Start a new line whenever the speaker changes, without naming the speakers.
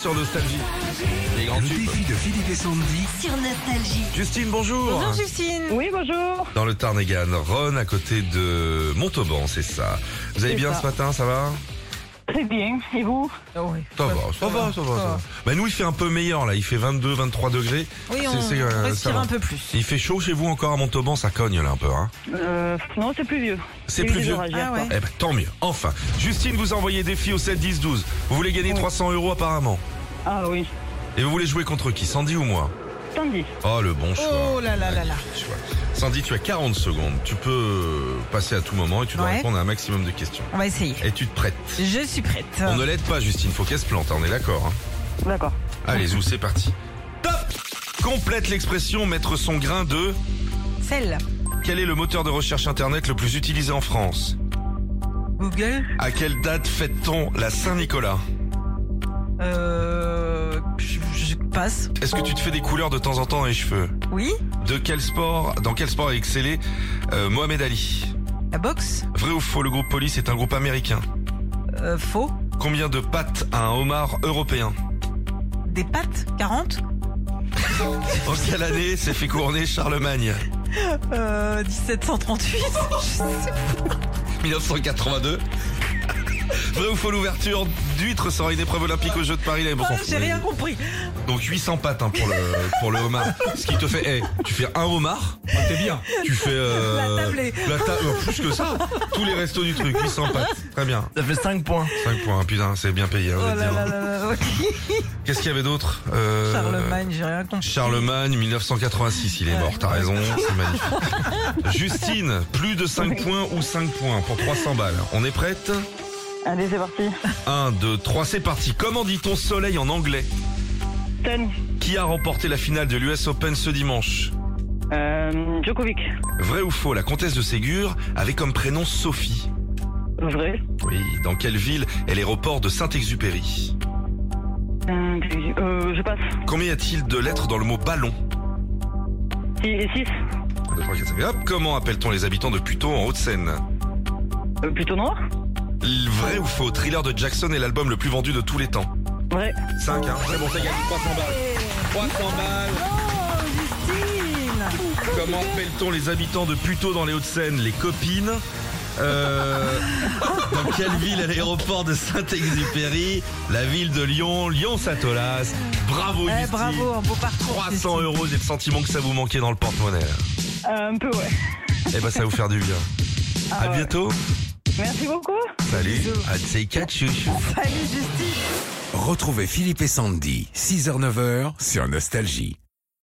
Sur Nostalgie. Les grands
Le
tubes.
défi de Philippe et Sandy.
sur Nostalgie.
Justine, bonjour.
Bonjour Justine.
Oui, bonjour.
Dans le Tarn-et-Garonne, Rhône, à côté de Montauban, c'est ça. Vous allez
C'est
bien
ça.
ce matin, ça va
Très bien. Et vous
ça va, ça va, ça va, ça va. Bah nous, il fait un peu meilleur là. Il fait 22, 23 degrés.
Oui,
C'est-
on
c'est, euh, ça
respire
va.
un peu plus.
Il fait chaud chez vous encore à Montauban, ça cogne là un peu. Hein
euh, Non, c'est plus vieux.
C'est
Il y a eu
plus
des
vieux.
orages
Ah
hier
ouais.
soir.
Eh ben tant mieux. Enfin, Justine, vous envoyez défi au 7, 10, 12. Vous voulez gagner 300 euros apparemment.
Ah oui.
Et vous voulez jouer contre qui Sandy ou moi
Tandis.
Oh le bon choix.
Oh là là là là.
Tu vois. Sandy, tu as 40 secondes. Tu peux euh, passer à tout moment et tu dois
Ouais.
répondre à un maximum de questions.
On va essayer.
Et tu te prêtes.
Je suis prête.
On ne l'aide pas, Justine. Faut qu'elle se plante. hein, On est d'accord. hein.
D'accord.
Allez, Zou, c'est parti. Top Complète l'expression mettre son grain de.
Celle.
Quel est le moteur de recherche internet le plus utilisé en France
Google.
À quelle date fête-t-on la Saint-Nicolas
Euh, je, je passe.
Est-ce que tu te fais des couleurs de temps en temps dans les cheveux
Oui.
De quel sport Dans quel sport a excellé euh, Mohamed Ali
La boxe.
Vrai ou faux, le groupe Police est un groupe américain
Euh, faux.
Combien de pattes a un homard européen
Des pattes. 40.
En quelle année s'est fait couronner Charlemagne
Euh, 1738. Je sais pas.
1982 Vrai ou faux, l'ouverture d'huître sera une épreuve olympique aux Jeux de Paris l'année
Ah,
prochaine.
J'ai rien compris.
Donc 800 pattes hein, pour le pour le homard. Ce qui te fait, eh, tu fais un homard, Ah, t'es bien. Tu fais euh,
La tablée.
la ta- euh, plus que ça, tous les restos du truc, 800 pattes, très bien.
Ça fait 5 points.
5 points, putain, c'est bien payé. hein,
Oh
je vais
là
te dire.
là là là. ok.
Qu'est-ce qu'il y avait d'autre Euh,
Charlemagne, j'ai rien compris.
Charlemagne, 1986, il est mort, t'as raison, c'est magnifique. Justine, plus de 5 points ou 5 points pour 300 balles. On est prête
Allez, c'est parti.
1, 2, 3, c'est parti. Comment dit-on soleil en anglais
Ten.
Qui a remporté la finale de l'US Open ce dimanche
Euh, Djokovic.
Vrai ou faux, la comtesse de Ségur avait comme prénom Sophie.
Vrai.
Oui, dans quelle ville est l'aéroport de Saint-Exupéry
Euh, puis- euh, je passe.
Combien y a-t-il de lettres dans le mot ballon
6 et 6.
Un, deux, trois, quatre, cinq. Hop, comment appelle-t-on les habitants de Puteaux en Haute-Seine
Euh, plutôt noir.
L- Vrai ou faux, Thriller de Jackson est l'album le plus vendu de tous les temps.
Vrai.
5, hein. C'est bon, t'as gagné 300 balles. 300 balles. Oh,
Oh, Justine.
Comment appelle-t-on les habitants de Puteaux dans les Hauts-de-Seine Les copines Euh, dans quelle ville est l'aéroport de Saint-Exupéry La ville de Lyon, Lyon-Saint-Olas. Bravo,
Eh,
Justine.
bravo, un beau parcours.
300
Justine.
euros, j'ai le sentiment que ça vous manquait dans le porte-monnaie.
Euh, un peu, ouais.
Eh ben, ça va vous faire du bien.
Ah
à
ouais.
bientôt.
Merci beaucoup.
Salut. À ces quatre chouchous.
Salut Justine.
Retrouvez Philippe et Sandy, 6h-9h sur Nostalgie.